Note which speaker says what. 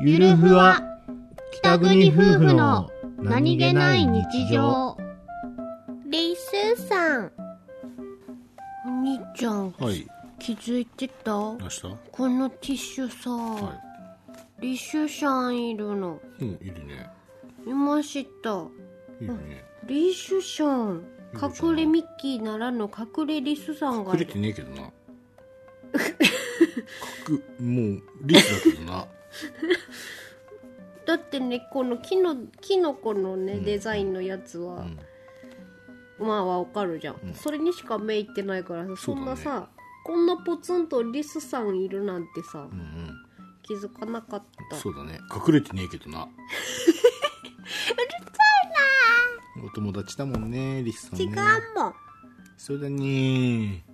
Speaker 1: ゆるふわ北国夫婦の何気ない日常
Speaker 2: リスーさんお兄ちゃん、
Speaker 1: はい
Speaker 2: 気づいてた
Speaker 1: 明日は
Speaker 2: このティッシュさ、リシュさんいるの
Speaker 1: いうんいるね
Speaker 2: いました
Speaker 1: いるね
Speaker 2: リシュさん
Speaker 1: リシュさん
Speaker 2: 隠れミッキーならぬ隠れリスさんが
Speaker 1: くれてねえけどなかくもうリスだけどな
Speaker 2: だってねこのキノキノコのね、デザインのやつは、
Speaker 1: ん
Speaker 2: まあわかるじゃん、それにしか目いってないからさ
Speaker 1: そ
Speaker 2: そう
Speaker 1: だ
Speaker 2: ん
Speaker 1: ね
Speaker 2: なさ、こんなポツンとリスさんいるなんてさ、
Speaker 1: うんうん
Speaker 2: 気づかなかった
Speaker 1: そうだね隠れてねえけどな うるさいなお友達だもんねリスさんね
Speaker 2: 違うもん
Speaker 1: そうだね